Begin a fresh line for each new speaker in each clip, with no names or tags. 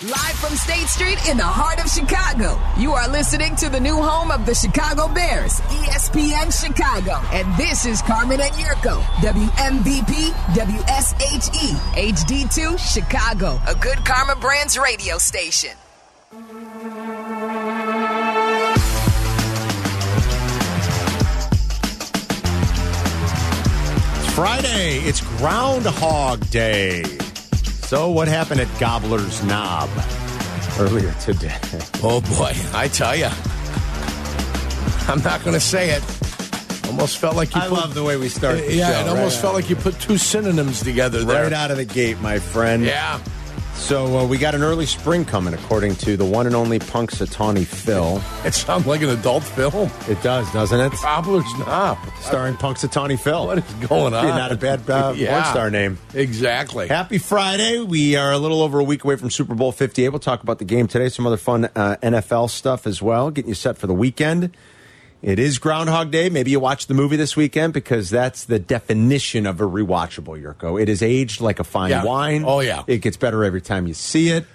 Live from State Street in the heart of Chicago, you are listening to the new home of the Chicago Bears, E ESPN Chicago. And this is Carmen and Yurko, WMVP, WSHE, HD2, Chicago, E, a good Karma Brands radio station.
Friday, it's Groundhog Day. So, what happened at Gobbler's Knob earlier today?
Oh boy, I tell you, I'm not going to say it. Almost felt like you.
I
put,
love the way we start. the
yeah,
show,
it almost
right
felt
out-
like you put two synonyms together there.
right out of the gate, my friend.
Yeah,
So uh, we got an early spring coming, according to the one and only Punxsutawney Phil.
it sounds like an adult film.
It does, doesn't it?
Gobbler's Knob.
Starring Punxsutawney Phil.
What is going on?
Not a bad uh,
Yeah.
porn star name.
Exactly.
Happy Friday. We are a little over a week away from Super Bowl 58. We'll talk about the game today, some other fun uh, NFL stuff as well, getting you set for the weekend. It is Groundhog Day. Maybe you watch the movie this weekend because that's the definition of a rewatchable, Yurko. It is aged like a fine
Yeah.
wine.
Oh, yeah.
It gets better every time you see it.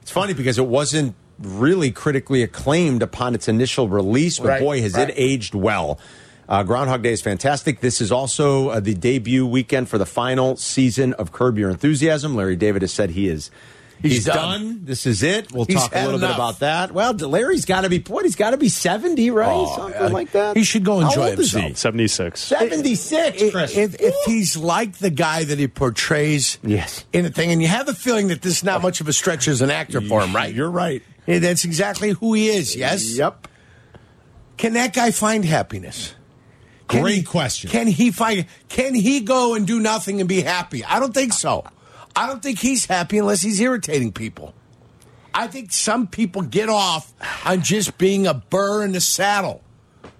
It's funny because it wasn't really critically acclaimed upon its initial release, but
Right,
boy, has
right.
it aged well. Uh, Groundhog Day is fantastic. This is also uh, the debut weekend for the final season of Curb Your Enthusiasm. Larry David has said he is.
He's
done.
done.
This is it. We'll
He's
talk a
had
little bit
enough.
about that. Well, Larry's got to be what? He's got to be seventy, right?
Oh,
Something
yeah.
like that.
He should go
How
enjoy
old is he?
himself.
76.
Seventy-six, Chris.
If, if he's like the guy that he portrays
Yes.
in a thing, and you have a feeling that this is not much of a stretch as an actor for him, right?
You're right.
Yeah, that's exactly who he is, yes?
Yep.
Can that guy find happiness? Can
Great
he-
question.
Can he find? Can he go and do nothing and be happy? I don't think so. I don't think he's happy unless he's irritating people. I think some people get off on just being a burr in the saddle.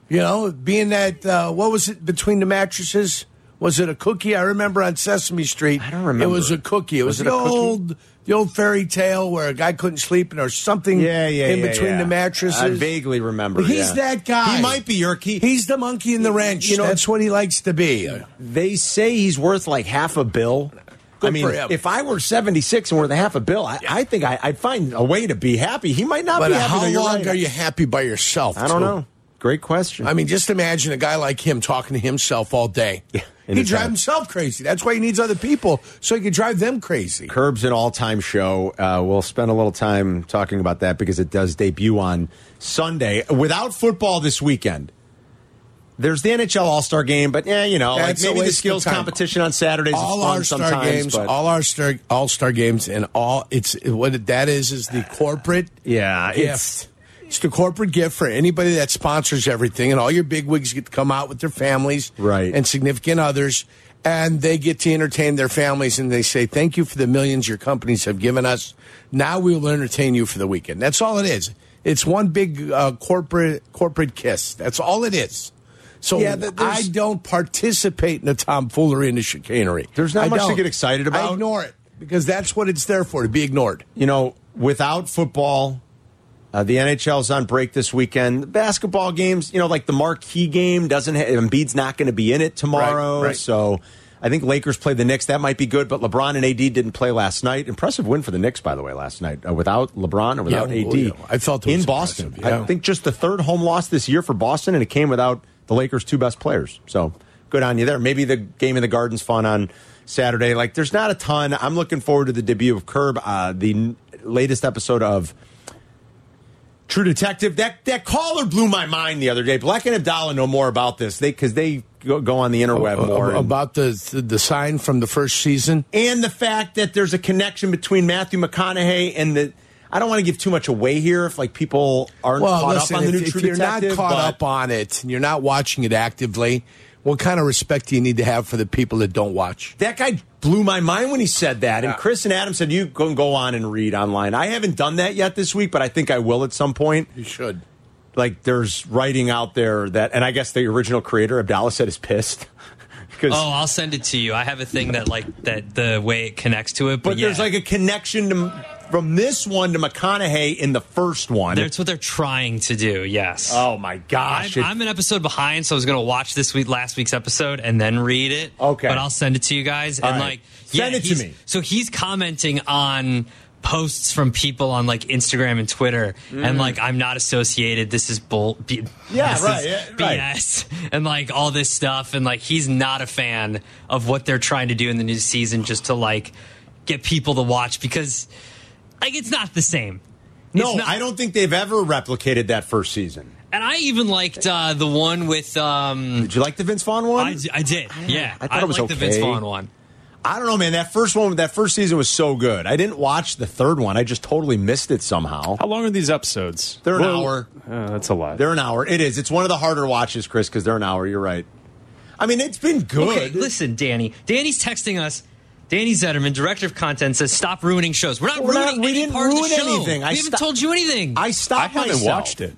You know, being that uh, what was it between the mattresses? Was it a cookie? I remember on Sesame Street.
I don't remember.
It was a cookie. It was,
Was it
the
a cookie?
old the old fairy tale where a guy couldn't sleep and or something
uh, Yeah, yeah,
in
yeah,
between
yeah.
the mattresses.
I vaguely remember,
He's
yeah.
that guy.
He might be your key-
He's the monkey in the wrench.
You know,
that's what he likes to be.
They say he's worth like half a bill.
Good
I mean,
for him.
if I were 76 and worth a half a bill, I, I think I, I'd find a way to be happy. He might not
But
be happy.
how
though, you're
long
right.
are you happy by yourself?
I don't
too?
know. Great question.
I mean, just imagine a guy like him talking to himself all day.
Yeah, in
he
his
drives
head.
himself crazy. That's why he needs other people so he can drive them crazy.
Curb's an all time show. Uh, we'll spend a little time talking about that because it does debut on Sunday. Without football this weekend, there's the NHL All Star game, but yeah, you know,
That's a
like maybe the
waste of
skills
time.
competition on Saturdays
all
is fun
our star
sometimes.
games,
but-
all our star all star games, and all it's what that is is the corporate
yeah,
gift. It's the corporate gift for anybody that sponsors everything, and all your bigwigs get to come out with their families,
Right.
and significant others, and they get to entertain their families, and they say, "Thank you for the millions your companies have given us. Now we will entertain you for the weekend." That's all it is. It's one big uh, corporate corporate kiss. That's all it is. So
Yeah, th-
I
there's-
don't participate in the tomfoolery and the chicanery.
There's not
I
much to
don't.
get excited about.
I ignore it because that's what it's there for—to be ignored.
you know, without football, uh, the NHL's on break this weekend. The basketball games, you know, like the marquee game doesn't. Ha- Embiid's not going to be in it tomorrow,
Right, right.
so I think Lakers play the Knicks. That might be good, but LeBron and AD didn't play last night. Impressive win for the Knicks, by the way, last night uh, without LeBron or without
Yeah,
AD.
well, yeah, I felt it was
in Boston.
impressive, yeah.
I think just the third home loss this year for Boston, and it came without the Lakers' two best players. So good on you there. Maybe the game in the Garden's fun on Saturday. Like, there's not a ton. I'm looking forward to the debut of Curb, uh, the n- latest episode of True Detective. That that caller blew my mind the other day. Black and Abdallah know more about this. They because they go, go on the
Uh,
interweb more and-
about the the sign from the first season.
and the fact that there's a connection between Matthew McConaughey and the. I don't want to give too much away here if like people aren't caught up on the
if,
new
if
True
you're
Detective.
not caught
but-
up on it and you're not watching it actively, what kind of respect do you need to have for the people that don't watch?
that guy blew my mind when he said that. And
Yeah.
Chris and Adam said you can go on and read online. I haven't done that yet this week, but I think I will at some point.
You should.
Like there's writing out there that, and I guess the original creator Abdallah said is pissed because.
Oh, I'll send it to you. I have a thing that like that the way it connects to it, but,
But there's
yeah.
like a connection to, from this one to McConaughey in the first one.
that's what they're trying to do. Yes.
oh my gosh!
I'm,
it-
I'm an episode behind, so I was going to watch this week, last week's episode, and then read it.
Okay.
but I'll send it to you guys.
All
and
right.
like,
Send
yeah,
it to
he's-
me.
So he's commenting on posts from people on like Instagram and Twitter, and like I'm not associated. This is bull. B-
Mm. Yeah,
this
right,
is
yeah, right.
BS, and like all this stuff, and like he's not a fan of what they're trying to do in the new season, just to like get people to watch because like it's not the same.
No,
It's not-
I don't think they've ever replicated that first season.
And I even liked uh, the one with um,
Did you like the Vince Vaughn one?
I, d- I did, yeah.
I thought it was
liked the Vince
okay.
Vaughn one.
I don't know, man. That first one, that first season was so good. I didn't watch the third one. I just totally missed it somehow.
How long are these episodes?
They're an
Well,
hour.
Uh, that's a lot.
They're an hour. It is. It's one of the harder watches, Chris, because they're an hour. You're right. I mean, it's been
Okay,
good.
listen, Danny. Danny's texting us. Danny Zetterman, director of content, says, "Stop ruining shows. We're not
We're not-
ruining
we
any
didn't
part of
ruin
the show.
anything. I
we haven't
sto-
told you anything.
I
I
stopped
haven't
myself.
watched it.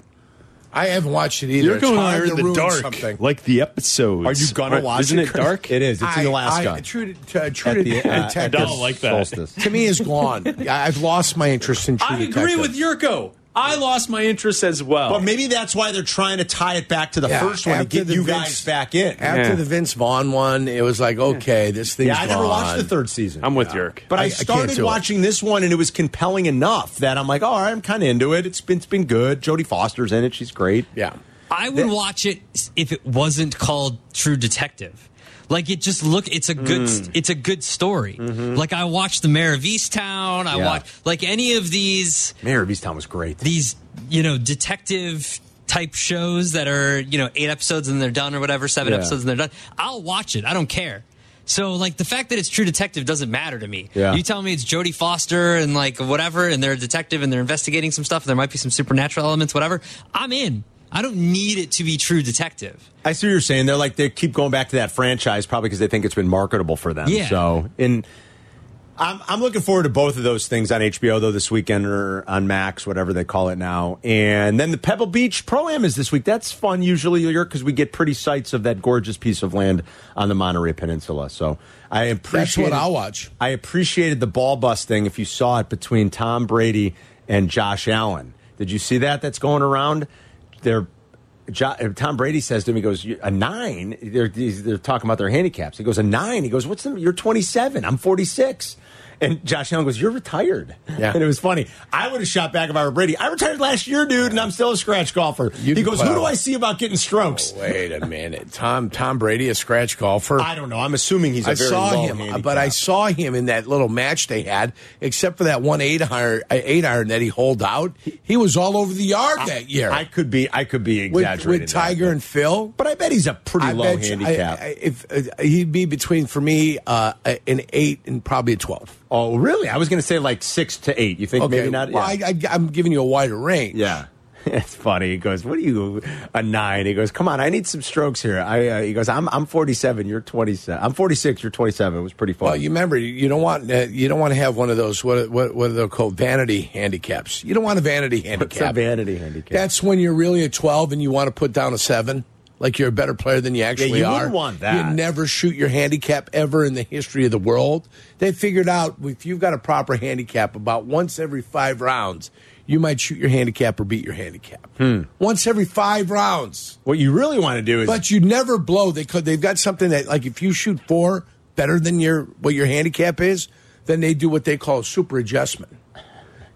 I haven't watched it either.
You're
It's
going
hard
out
to
in the
ruin
dark,
something.
like the episodes.
Are you gonna
Right,
watch?
Isn't it
Chris?
dark?
It is. It's
I-
in Alaska.
I, true to, uh, true
at the,
to
uh,
detective.
at
don't
the
like that.
solstice.
to me is gone. I- I've lost my interest in true
I agree
detective.
with Yurko. I lost my interest as well.
But maybe that's why they're trying to tie it back to the
Yeah,
first one to
after
get
the
you
Vince-
guys back in.
After
Yeah.
the Vince Vaughn one, it was like, okay, this thing's
yeah, I never
gone.
watched the third season.
I'm with Yurk.
But I,
I- I can't
started
do it.
watching this one, and it was compelling enough that I'm like, all right, I'm kind of into it. It's been, it's been good. Jodie Foster's in it. She's great.
Yeah.
I would watch it if it wasn't called True Detective. Like it just look, it's a
Hmm.
good, it's a good story. Like I watched The Mayor of Easttown. I
Mm-hmm. Yeah.
watched like any of these
Mayor of Easttown was great.
these you know detective type shows that are you know eight episodes and they're done or whatever seven
Yeah.
episodes and they're done i'll watch it i don't care so like the fact that it's true detective doesn't matter to me
Yeah.
you tell me it's jodie foster and like whatever and they're a detective and they're investigating some stuff and there might be some supernatural elements whatever i'm in i don't need it to be true detective
I see what you're saying. They're like they keep going back to that franchise probably because they think it's been marketable for them.
Yeah.
So and I'm I'm looking forward to both of those things on HBO though this weekend or on Max, whatever they call it now. And then the Pebble Beach Pro Am is this week. That's fun usually because we get pretty sights of that gorgeous piece of land on the Monterey Peninsula. So I
That's
appreciate
what I'll watch.
I appreciated the ball bust thing if you saw it between Tom Brady and Josh Allen. Did you see that? That's going around. They're, Jo- uh, Tom Brady says to him, he goes, "You- a nine. They're, these- they're talking about their handicaps. He goes, a nine. He goes, what's the, you're 27. I'm 46. And Josh Allen goes, you're retired.
Yeah.
And it was funny. I would have shot back if I were Brady. I retired last year, dude, and I'm still a scratch golfer.
You
he
can
goes,
play
who do
out.
I see about getting strokes?
Wait a minute. Tom Tom Brady, a scratch golfer.
I don't know. I'm assuming he's a
I
very
saw
low
him, uh,
handicap.
but I saw him in that little match they had. Except for that one eight iron, uh, eight iron that he holed out, he was all over the yard that year
I could be. I could be
with,
exaggerating.
with
that,
Tiger
but-
and Phil.
But I bet he's a pretty
I
low
bet you- I-
handicap.
I- if uh, he'd be between for me uh, an eight and probably a twelve.
oh, really? I was going to say like six to eight. You think maybe not?
Well,
yeah.
I, I, I'm giving you a wider range.
yeah. It's funny. He goes, "What are you a nine? He goes, "Come on, I need some strokes here." I uh, he goes, "I'm I'm 47. You're 27. I'm 46. You're 27." It was pretty fun.
Well, Oh, you remember you don't want uh, you don't want to have one of those what what what are they called vanity handicaps. You don't want a vanity handicap.
What's a vanity handicap?
That's when you're really a 12 and you want to put down a 7. Like you're a better player than you actually
you
are.
wouldn't want that.
You never shoot your handicap ever in the history of the world. They figured out if you've got a proper handicap, about once every five rounds, you might shoot your handicap or beat your handicap. Once every five rounds,
what you really want to do is
but you never blow. They could. They've got something that like if you shoot four better than your what your handicap is, then they do what they call a super adjustment.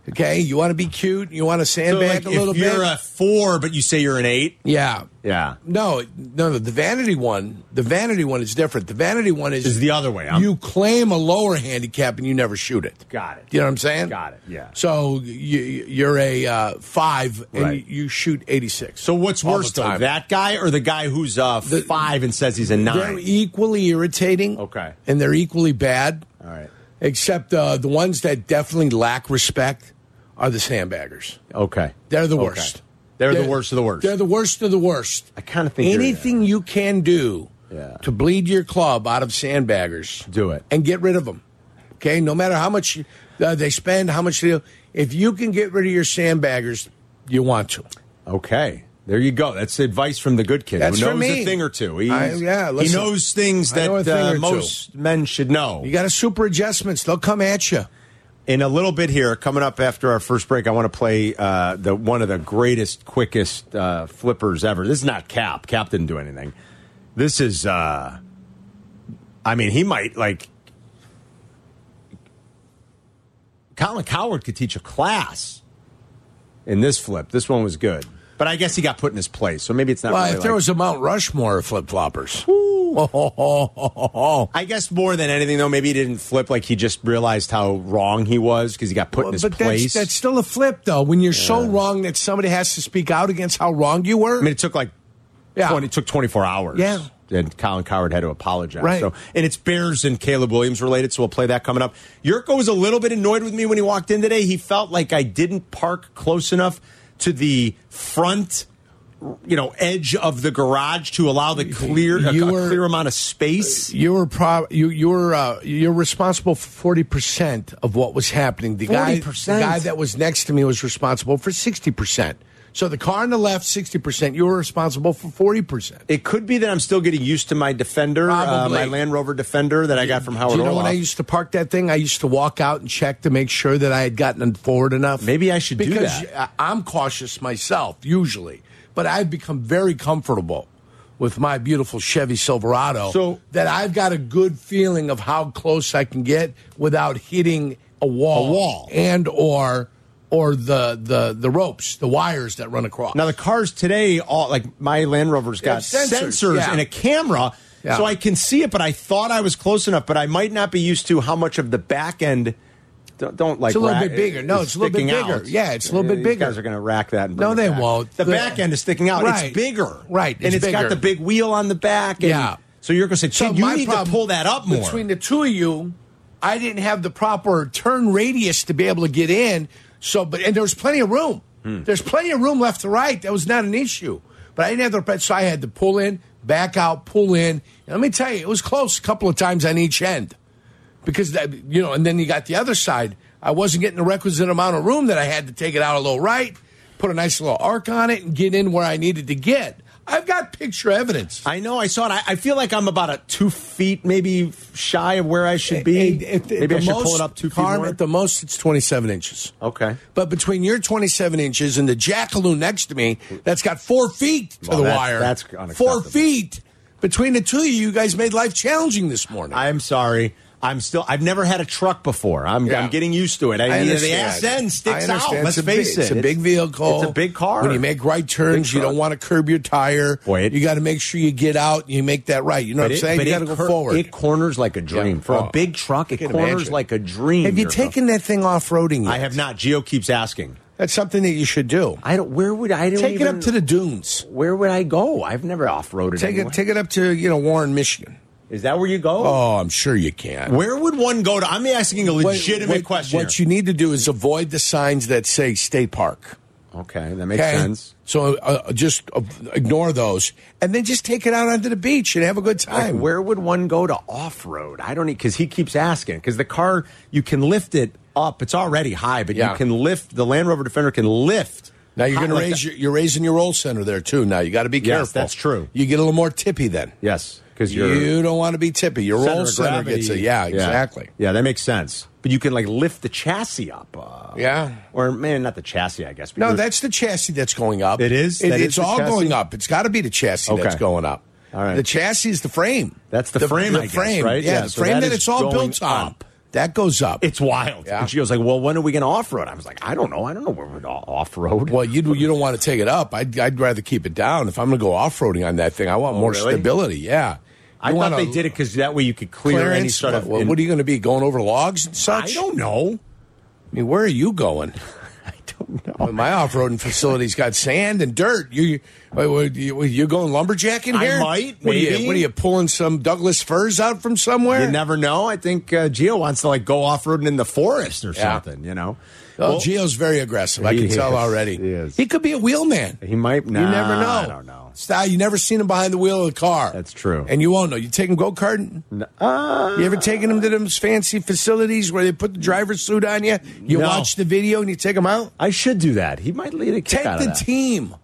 Okay, you want to be cute. You want to
so,
sandbag
like,
a little
if you're
bit.
a four, but you say you're an eight.
Yeah.
Yeah.
No, no, no. The vanity one, the vanity one is different. The vanity one is
Is the other way. I'm-
you claim a lower handicap and you never shoot it.
Got it.
You know what I'm saying?
Got it, yeah.
So you, you're a uh, five and
Right.
you shoot 86.
So what's
All the
worse though,
time.
that guy or the guy who's uh, five and says he's a
they're e-
nine?
equally irritating.
Okay.
And they're equally bad.
All right.
Except uh, the ones that definitely lack respect are the sandbaggers.
Okay.
They're the
Okay.
worst.
They're, the worst of the worst.
They're the worst of the worst.
I kinda think you're-
anything you can do
Yeah.
to bleed your club out of sandbaggers,
Do it.
and get rid of them. Okay, no matter how much uh, they spend, how much they do, if you can get rid of your sandbaggers, you want to.
Okay. There you go. That's advice from the good kid
That's
who
for
knows a
me.
thing or two.
I- yeah,
he
listen.
knows things
I
that
know a thing
uh,
or two.
most men should know.
You got a super adjustments; they'll come at you.
In a little bit here, coming up after our first break, I want to play uh, the one of the greatest, quickest uh, flippers ever. This is not Cap. Cap didn't do anything. This is, uh, I mean, he might like Colin Coward could teach a class in this flip. This one was good. But I guess he got put in his place, so maybe it's not
Well,
really
if there
like-
was a Mount Rushmore of flip floppers. Put
I guess more than anything, though, maybe he didn't flip. Like he just realized how wrong he was because he got put in his
but
place.
That's, that's still a flip, though. When you're so wrong that somebody has to speak out against how wrong you were.
I mean, it took like
Yeah.
20, it took 24 hours.
Yeah.
And Colin Coward had to apologize.
Right.
So, and it's Bears and Caleb Williams related, so we'll play that coming up. Yurko was a little bit annoyed with me when he walked in today. He felt like I didn't park close enough to the front, you know, edge of the garage to allow the clear a-
You
a,
were-
clear amount of space.
you were pro- you you were uh, you're responsible for forty percent of what was happening. The guy, the
40%?
guy that was next to me was responsible for sixty percent. So the car on the left, sixty percent. You were responsible for forty percent.
It could be that I'm still getting used to my Defender, uh,
Probably.
my Land Rover Defender that I got from Howard
Do you know
Orloff.
when I used to park that thing? I used to walk out and check to make sure that I had gotten forward enough.
Maybe I should do
because
that.
I- I'm cautious myself usually, but I've become very comfortable with my beautiful Chevy Silverado.
So-
that I've got a good feeling of how close I can get without hitting a wall,
A wall.
and or or the the the ropes, the wires that run across.
Now the cars today, all like my Land Rover's got
have sensors,
sensors,
yeah.
and a camera,
Yeah.
so I can see it. But I thought I was close enough, but I might not be used to how much of the back end. Don't, don't, like
It's a little
rack-
bit bigger. No,
is
it's a little bit
sticking
bigger.
out.
Yeah, it's a little bit
These
bigger.
Guys are going to rack that. And bring
No,
it
they
back.
won't.
The
The-
back end is sticking out.
Right.
It's bigger.
Right,
and
it's
it's got
bigger.
the big wheel on the back. And
Yeah.
So you're going to say, Chad, you
my
need to
problem
pull that up more.
Between the two of you, I didn't have the proper turn radius to be able to get in. So, but and there was plenty of room.
Hmm.
There's plenty of room left to right. That was not an issue. But I didn't have the so I had to pull in, back out, pull in. And let me tell you, it was close a couple of times on each end because that, you know, and then you got the other side. I wasn't getting the requisite amount of room that I had to take it out a little right, put a nice little arc on it, and get in where I needed to get. I've got picture evidence.
I know. I saw it. I, I feel like I'm about a two feet, maybe shy of where I should be.
Hey, at the-
maybe I
the
should
most,
pull it up two feet
Carm,
more.
At the most, it's 27 inches.
okay.
But between your 27 inches and the jackaloon next to me, that's got four feet to
Well,
the
that's-
wire.
that's
Four
unacceptable.
feet. Between the two of you, you guys made life challenging this morning.
I'm sorry. I'm still. I've never had a truck before. I'm.
Yeah.
I'm getting used to it. I, mean, the
understand.
ass end sticks
I
out.
understand.
Let's
It's a big-
face it.
It's a big vehicle.
It's a big car.
When you make right turns, you
truck.
don't want to curb your tire.
Boy, it-
you got to make sure you get out and you make that right. You know
But
what I'm
it-
saying?
but
You
it
got to go
cor-
forward.
It corners like a dream for
Oh,
a big truck. It
can
corners
imagine.
like a dream.
Have you
Yurko.
taken that thing off roading?
I have not. Geo keeps asking.
That's something that you should do.
I don't. Where would I? Don't
Take it
even-
up to the dunes.
Where would I go? I've never off roaded.
Take it, take it up to you know Warren, Michigan.
Is that where you go?
Oh, I'm sure you can.
Where would one go to? I'm asking a
What-
legitimate
what-
question.
What
here.
you need to do is avoid the signs that say state park.
okay, that makes
Okay?
sense.
So uh, just uh, ignore those, and then just take it out onto the beach and have a good
Like,
time.
where would one go to off road? I don't because he keeps asking because the car you can lift it up. It's already high, but
Yeah.
you can lift the Land Rover Defender can lift.
Now you're
high
going to
like
raise
that.
your, you're raising your roll center there too. Now you got to be careful.
that's true.
You get a little more tippy then.
yes because you're
You don't want to be tippy. Your roll
of
center
gravity.
gets a yeah, exactly.
Yeah, that makes sense. But you can like lift the chassis up. Uh,
Yeah.
or man, not the chassis, I guess. but
No,
you're-
that's the chassis that's going up.
It is? That is
it's
the
all
chassis?
going up. It's got to be the chassis
Okay.
that's going up.
All right.
The chassis is the frame.
That's the frame,
The
I guess,
frame,
right?
Yeah,
Yeah,
the
so
frame
that
that,
is
it's all
going
built on.
up.
That goes up.
It's wild.
Yeah.
And she goes like, "Well, when are we going to off road?" I was like, "I don't know. I don't know where we're off road."
well, you you don't want to take it up. I'd I'd rather keep it down. If I'm going to go off roading on that thing, I want more
Oh, really?
stability. Yeah.
I
You
thought
want
they
a
did it because that way you could clear any
clearance.
sort of.
What, what are you going to be going over logs and such?
I don't know.
I mean, where are you going?
I don't know.
Well, my off-roading facility's got sand and dirt. You, you, you you going lumberjacking
I
here?
might,
What are, you,
maybe.
what are you pulling some Douglas firs out from somewhere?
You never know. I think uh, Geo wants to like go off roading in the forest or
Yeah.
something. You know,
Oh,
Well,
Gio's very aggressive. I
He
can
is.
tell already.
He is.
could be a wheelman.
he might. Nah,
you never know.
I don't know.
Style. You never seen him behind the wheel of a car.
That's true. uh,
And you won't know. You take him go karting. you ever taken him to them fancy facilities where they put the driver's suit on you? You
No.
watch the video and you take him out.
I should do that. He might lead a kick
Take
out of
the
that.
team.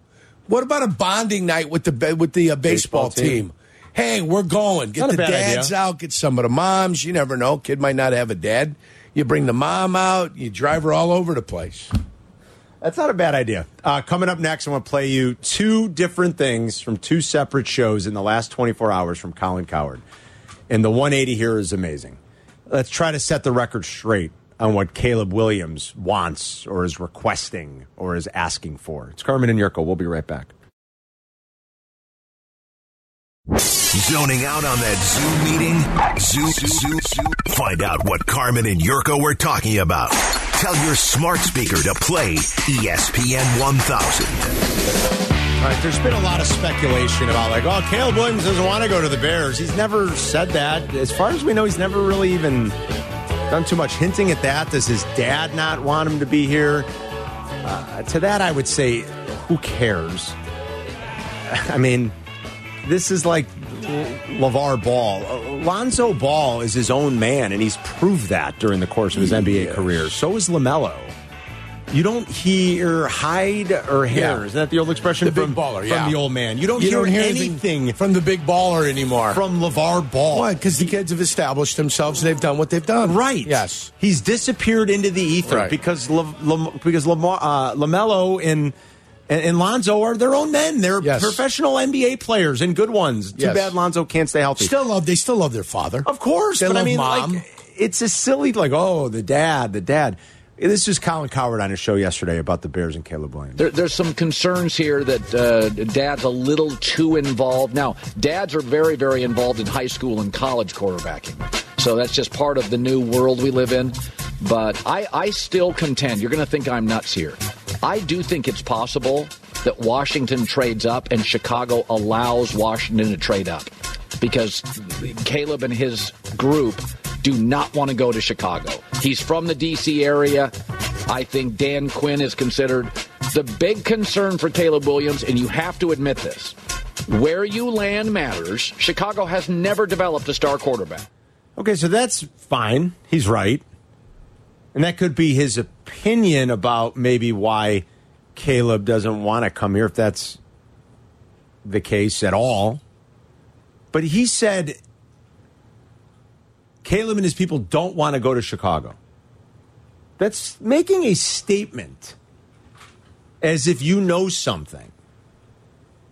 What about a bonding night with the ba- with the uh, baseball,
Baseball
team?
team.
Hey, we're going. Get
Not a
the
bad
dads
idea.
out. Get some of the moms. You never know. Kid might not have a dad. You bring the mom out. You drive her all over the place.
That's not a bad idea. Uh, coming up next, I'm going to play you two different things from two separate shows in the last 24 hours from Colin Coward. And the 180 here is amazing. Let's try to set the record straight on what Caleb Williams wants or is requesting or is asking for. It's Carmen and Yurko. We'll be right back.
Zoning out on that Zoom meeting? Zoom, Zoom, Zoom. Find out what Carmen and Yurko were talking about. Tell your smart speaker to play E ESPN 1000.
All right, there's been a lot of speculation about like, oh, Caleb Williams doesn't want to go to the Bears. He's never said that. As far as we know, he's never really even done too much hinting at that. Does his dad not want him to be here? Uh, to that, I would say, who cares? I mean, this is like LeVar Ball. Lonzo Ball is his own man, and he's proved that during the course of his NBA career. So is LaMelo. You don't hear hide or hair.
Yeah.
Isn't that the old expression?
The big
from,
baller,
from
yeah.
the old man. You don't
You
hear
don't hear
anything
from the big baller anymore.
from LeVar Ball.
Why? Because the kids have established themselves. They've done what they've done.
Right.
Yes.
He's disappeared into the ether
Right.
because Le, Lam- because Lamar, uh, Lamelo and, and and Lonzo are their own men. They're
Yes.
professional NBA players and good ones. Too
Yes.
bad Lonzo can't stay healthy.
Still love. They still love their father.
Of course,
They
but I
love
mean,
mom.
like, it's a silly like, oh, the dad, the dad. This was Colin Coward on his show yesterday about the Bears and Caleb Williams.
There, there's some concerns here that uh, dad's a little too involved. Now, dads are very, very involved in high school and college quarterbacking. So that's just part of the new world we live in. But I, I still contend, you're going to think I'm nuts here. I do think it's possible that Washington trades up and Chicago allows Washington to trade up because Caleb and his group do not want to go to Chicago. He's from the D.C. area. I think Dan Quinn is considered the big concern for Caleb Williams, and you have to admit this. Where you land matters. Chicago has never developed a star quarterback.
Okay, so that's fine. He's right. And that could be his opinion about maybe why Caleb doesn't want to come here, if that's the case at all. But he said Caleb and his people don't want to go to Chicago. That's making a statement as if you know something.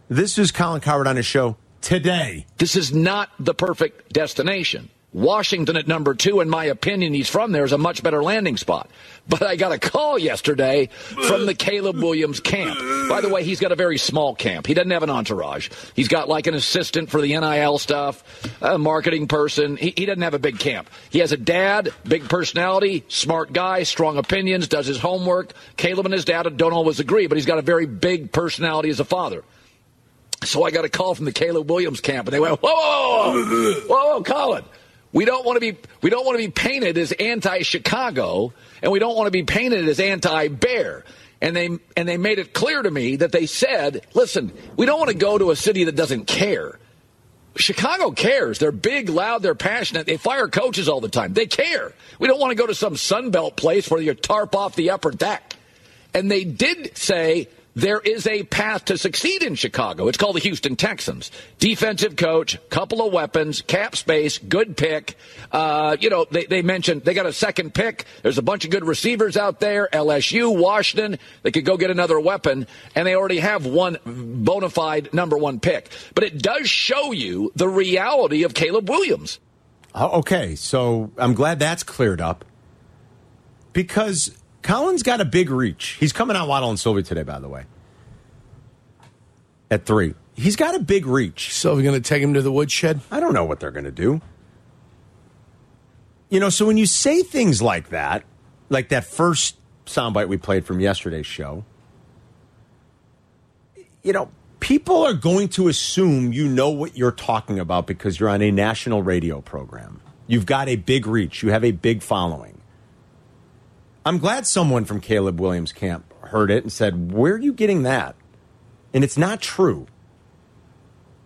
This is Colin Coward on his show today.
This is not the perfect destination. Washington at number two, in my opinion, he's from there, is a much better landing spot. But I got a call yesterday from the Caleb Williams camp. By the way, he's got a very small camp. He doesn't have an entourage. He's got like an assistant for the NIL stuff, a marketing person. He, he doesn't have a big camp. He has a dad, big personality, smart guy, strong opinions, does his homework. Caleb and his dad don't always agree, but he's got a very big personality as a father. So I got a call from the Caleb Williams camp, and they went, "Whoa, whoa, whoa, whoa, whoa, whoa Colin, we don't want to be we don't want to be painted as anti-Chicago, and we don't want to be painted as anti-Bear." And they and they made it clear to me that they said, "Listen, we don't want to go to a city that doesn't care." Chicago cares. They're big, loud, they're passionate. They fire coaches all the time. They care. We don't want to go to some Sunbelt place where you tarp off the upper deck. And they did say there is a path to succeed in Chicago. It's called the Houston Texans. Defensive coach, couple of weapons, cap space, good pick. Uh, you know, they, they mentioned they got a second pick. There's a bunch of good receivers out there. LSU, Washington, they could go get another weapon, and they already have one bona fide number one pick. But it does show you the reality of Caleb Williams.
Uh, Okay, so I'm glad that's cleared up because Colin's got a big reach. He's coming on Waddle and Sylvie today, by the way, at three. He's got a big reach.
So we're going to take him to the woodshed.
I don't know what they're going to do. You know, so when you say things like that, like that first soundbite we played from yesterday's show, you know, people are going to assume you know what you're talking about because you're on a national radio program. You've got a big reach, you have a big following. I'm glad someone from Caleb Williams camp heard it and said, "Where are you getting that?" And it's not true.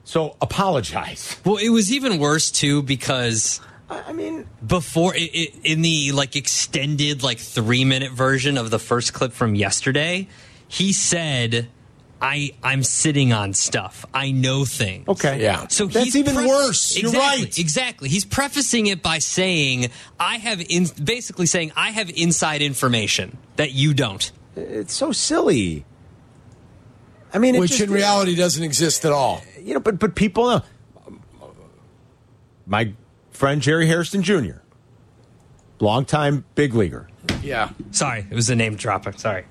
So apologize.
Well, it was even worse too because
I I mean,
before it, it, in the like extended like three minute version of the first clip from yesterday he said i i'm sitting on stuff i know things
okay,
Yeah.
so
That's
he's
even worse. You're
Exactly,
right.
Exactly. He's prefacing it by saying, "I have in, basically saying I have inside information that you don't."
it's so silly. I mean, it
Which
just-
in reality doesn't exist at all.
you know, but but people know. My friend Jerry Harrison Jr. longtime big leaguer.
Yeah.
Sorry, it was a name dropper. Sorry.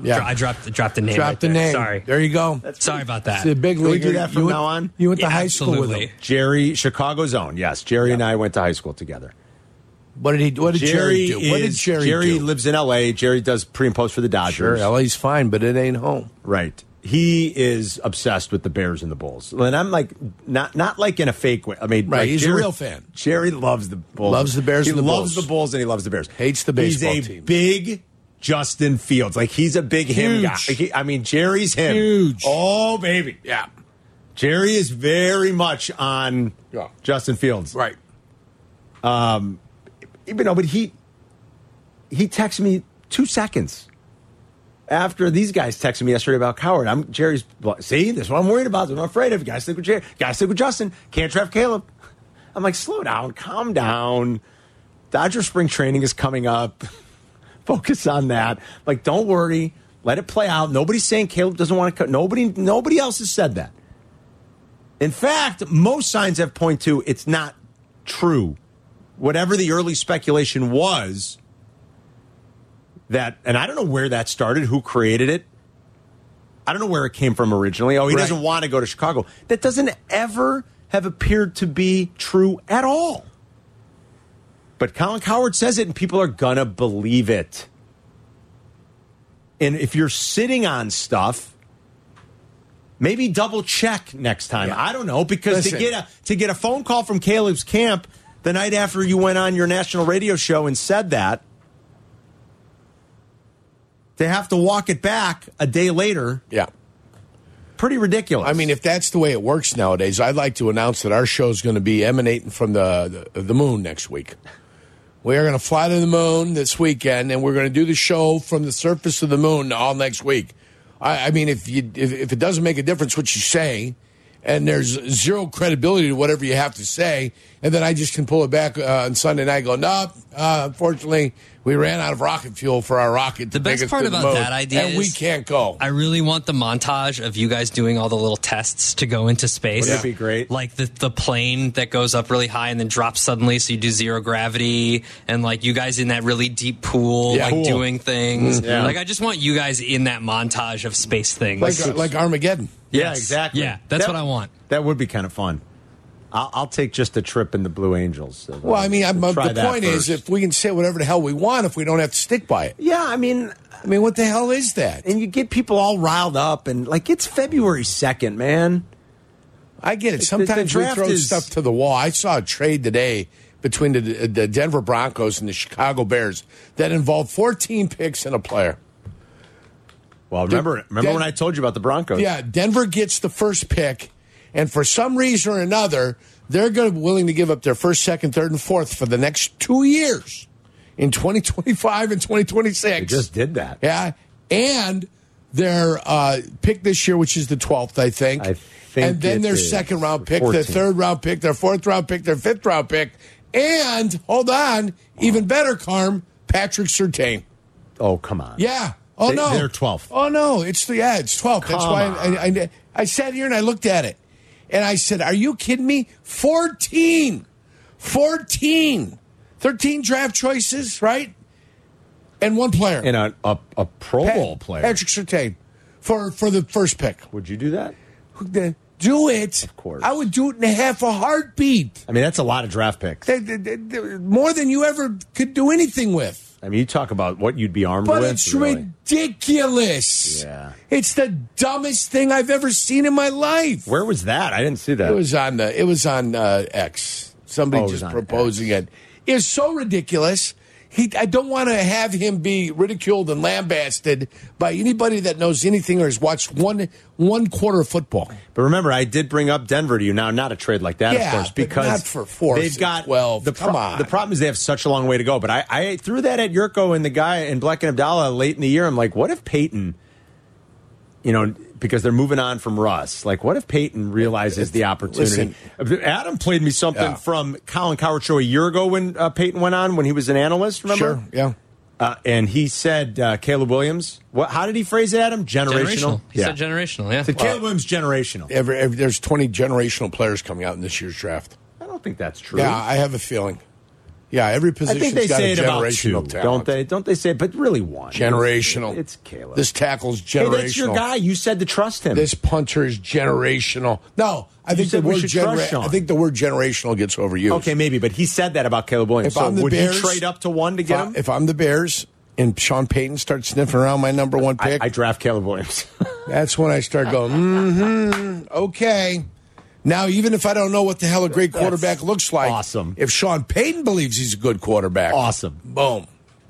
Yeah.
Dro- I dropped dropped the name.
Drop
right
the
there.
name.
Sorry.
There you go.
Sorry about that.
the big
Can we
league.
do that from
you went,
now on?
You went to
Yeah,
high school with
absolutely.
him.
Jerry, Chicago Zone. Yes, Jerry and I went to high school together.
What did he? do- What did Jerry, do? what did
is-
Jerry, do?
lives in L.A. Jerry does pre and post for the
sure,
Dodgers.
LA's fine, but it ain't home.
Right. He is obsessed with the Bears and the Bulls. And I'm like, not not like in a fake way. I mean,
Right,
like,
he's a real fan.
Jerry loves the Bulls.
Loves the Bears
He
and the
loves
Bulls.
the Bulls and he loves the Bears.
Hates the baseball
He's a
team.
big Justin Fields. Like, he's a big him
Huge.
guy. Like, he- I mean, Jerry's him.
Huge.
Oh, baby.
Yeah.
Jerry is very much on
Yeah.
Justin Fields.
Right.
you know, but he he texted me two seconds after these guys texted me yesterday about Coward. I'm Jerry's. See, this is what I'm worried about. This is what I'm afraid of. Guys, stick with Jerry. Guys, stick with Justin. Can't draft Caleb. I'm like, slow down, calm down. Dodger spring training is coming up. Focus on that. Like, don't worry. Let it play out. Nobody's saying Caleb doesn't want to cut. Nobody, nobody else has said that. In fact, most signs have point to it's not true. Whatever the early speculation was, that and I don't know where that started, who created it. I don't know where it came from originally. Oh, he
Right.
doesn't want to go to Chicago. That doesn't ever have appeared to be true at all. But Colin Coward says it, and people are gonna believe it. And if you're sitting on stuff, maybe double check next time.
Yeah.
I don't know because
Listen.
to get a to get a phone call from Caleb's camp the night after you went on your national radio show and said that, to have to walk it back a day later,
Yeah.
pretty ridiculous.
I mean, if that's the way it works nowadays, I'd like to announce that our show is going to be emanating from the, the the moon next week. We are going to fly to the moon this weekend, and we're going to do the show from the surface of the moon all next week. I, I mean, if you if, if it doesn't make a difference what you say, and there's zero credibility to whatever you have to say, and then I just can pull it back uh, on Sunday night, and go, no, uh, unfortunately, we ran out of rocket fuel for our rocket.
The
to take
best
us
part
to the
about
moon,
that idea
and we
is-
can't go.
I really want the montage of you guys doing all the little tests to go into space.
Wouldn't it be great?
Like the, the plane that goes up really high and then drops suddenly, so you do zero gravity, and like you guys in that really deep pool,
Yeah.
like
Pool. Mm-hmm.
doing things.
Yeah.
Like I just want you guys in that montage of space things.
like like Armageddon.
uh, yeah,
Yes.
exactly.
Yeah, that's
That-
what I want.
That would be kind of fun. I'll, I'll take just a trip in the Blue Angels. uh,
Well, I mean, I'm,
Try
the
that
point is,
first.
if we can say whatever the hell we want, if we don't have to stick by it,
yeah, I mean,
I mean, what the hell is that?
and you get people all riled up, and like it's February second, man.
I get it.
the
Sometimes we
draft
throw
is-
stuff to the wall. I saw a trade today between the, the Denver Broncos and the Chicago Bears that involved 14 picks and a player.
Well, remember remember
that-
when I told you about the Broncos?
Yeah, Denver gets the first pick, and for some reason or another, they're going to be willing to give up their first, second, third, and fourth for the next two years in 2025 and 2026.
they just did that.
Yeah, and their uh, pick this year, which is the twelfth, I think.
I think
and then
it
their
is.
second round pick, their
14th.
third round pick, their fourth round pick, their fifth round pick, and hold on, even better, Carm Patrick Sertain.
Oh, come on.
Yeah. Oh
They-
no,
they're 12th.
Oh no, it's the yeah, it's twelfth. That's
Come
why
on.
I, I, I sat here and I looked at it, and I said, "Are you kidding me? 14, 14, 13 draft choices, right? And one player
And a, a, a Pro
Pat-
Bowl player.
Patrick Sertain for for the first pick.
Would you do that?
Do it. Of
course.
I would do it in a half a heartbeat.
I mean, that's a lot of draft picks.
They- they- they- they- More than you ever could do anything with.
I mean, you talk about what you'd be armed
But
with.
it's
really.
ridiculous.
Yeah.
It's the dumbest thing I've ever seen in my life.
Where was that? I didn't see that.
It was on the. It was on uh, X. Somebody
Oh, it was
just
on
proposing it. It was so ridiculous. He, I don't want to have him be ridiculed and lambasted by anybody that knows anything or has watched one one quarter of football.
But remember, I did bring up Denver to you now, not a trade like that,
Yeah,
of course,
but
because
not for fourth
they've
and
got
12.
The
Come on.
the problem is they have such a long way to go. But I, I threw that at Yurko and the guy and Black and Abdallah late in the year. I'm like, what if Peyton, you know, because they're moving on from Russ. Like, what if Peyton realizes the opportunity? Adam played me something
Yeah.
from Colin Coward show a year ago when uh, Peyton went on when he was an analyst. Remember?
Sure. Yeah.
Uh, and he said uh, Caleb Williams. What? How did he phrase it, Adam? Generational.
Generational. He said generational,
Said
yeah.
Caleb Williams generational.
Every, every, there's 20 generational players coming out in this year's draft.
I don't think that's true.
Yeah, I have a feeling. Yeah, every
I think
position's
they
got
say
a
it about two,
generational talent.
don't they? Don't they say? But really, one
Generational.
It's, it's Caleb.
This tackle's
hey,
generational.
that's your guy. You said to trust him.
This punter is generational. No, I think the
said we
word
should trust
genera-
Sean.
I think the word generational gets overused.
okay, maybe, but he said that about Caleb Williams.
If
so
I'm the
would
Bears,
you trade up to one to
if
get
I-
him?
If I'm the Bears and Sean Payton starts sniffing around my number one
I,
pick,
I draft Caleb Williams.
that's when I start going, mm-hmm, okay. Now, even if I don't know what the hell a great quarterback looks like,
awesome.
If Sean Payton believes he's a good quarterback,
Awesome.
Boom.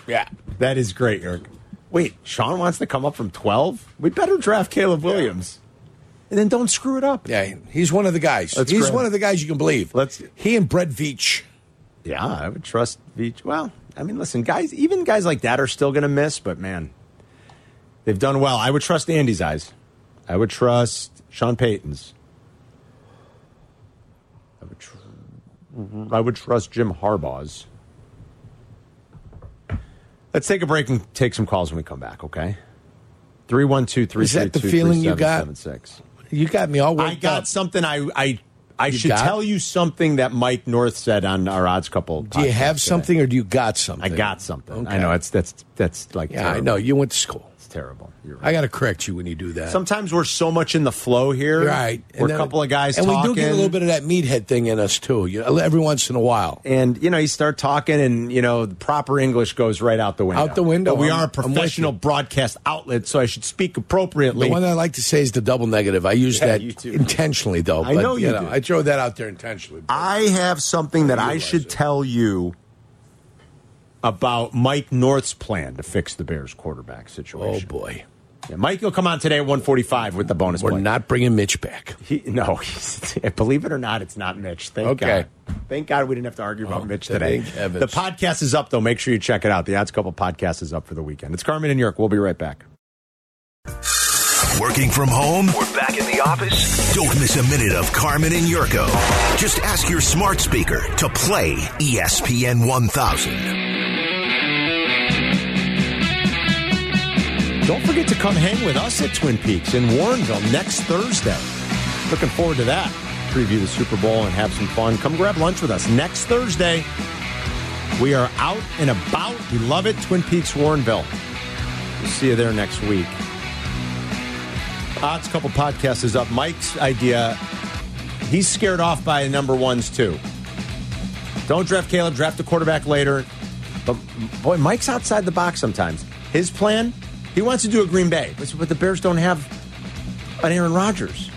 Yeah.
that is great, Eric. Wait, Sean wants to come up from twelve. We better draft Caleb Williams, and then don't screw it up.
Yeah, he's one of the guys.
Let's
he's
grab-
one of the guys you can believe.
Let's-
he and Brett Veach.
Yeah, I would trust Veach. Well, I mean, listen, guys, even guys like that are still going to miss, but man, they've done well. I would trust Andy's eyes. I would trust Sean Payton's. I would, tr- I would trust Jim Harbaugh's. Let's take a break and take some calls when we come back, okay? 312
Is that the feeling you got? You got me all worked
I got
up.
something I I I should
got-
tell you something that Mike North said on our odds couple.
Do you
podcast
have
today.
something or do you got
I
something?
got something. I
Okay.
know it's that's that's like
Yeah, I
terrible.
know. You went to school.
it's terrible. You're right.
I got to correct you when you do that.
Sometimes we're so much in the flow here.
You're right.
We're
And
a
then-
couple of guys
and
talking.
we do get a little bit of that meathead thing in us too. You know, every once in a while.
and you know, you start talking, and you know, the proper English goes right out the window.
Out the window.
But we
I'm-
are a
I'm with
professional
you.
broadcast outlet, so I should speak
The
appropriately.
one I like to say is the double negative. I use that
you too.
intentionally, though.
I know you do.
I throw that out there intentionally.
I have something that I
realize
should
it.
tell you about Mike North's plan to fix the Bears quarterback
oh
situation.
boy,
Yeah, Mike will come on today at 145 with the bonus
we're
play.
not bringing Mitch back.
He, no, he's, believe it or not, it's not Mitch. Thank
Okay.
God. Thank God we didn't have to argue about
Oh,
Mitch today.
thank
The
heavens.
podcast is up, though. Make sure you check it out. The Odds Couple podcast is up for the weekend. It's Carmen and York. We'll be right back.
Working from home or back in the office? Don't miss a minute of Carmen and Yurko. Just ask your smart speaker to play E ESPN 1000.
Don't forget to come hang with us at Twin Peaks in Warrenville next Thursday. Looking forward to that. Preview the Super Bowl and have some fun. Come grab lunch with us next Thursday. We are out and about. We love it. Twin Peaks, Warrenville. We'll see you there next week. Odds Couple Podcast is up. Mike's idea, he's scared off by number ones, too. Don't draft Caleb, draft the quarterback later. But boy, Mike's outside the box sometimes. His plan, he wants to do a Green Bay, but but the Bears don't have an Aaron Rodgers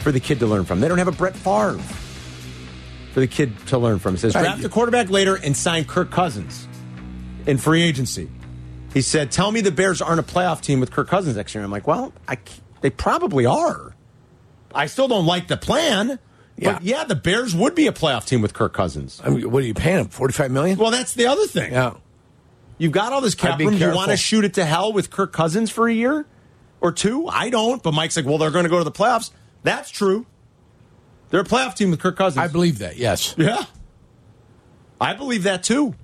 for the kid to learn from. They don't have a Brett Favre for the kid to learn from. He says
Right.
draft a quarterback later and sign Kirk Cousins in free agency. He said, "Tell me the Bears aren't a playoff team with Kirk Cousins next year." I'm like, "Well, I, c- they probably are." I still don't like the plan. But
Yeah.
yeah, the Bears would be a playoff team with Kirk Cousins.
I mean, what are you paying him? Forty-five million?
Well, that's the other thing.
yeah.
You've got all this cap
I'd be
room. You
careful.
want to shoot it to hell with Kirk Cousins for a year or two? I don't. But Mike's like, well, they're going to go to the playoffs. That's true. They're a playoff team with Kirk Cousins.
I believe that. Yes.
yeah, I believe that too.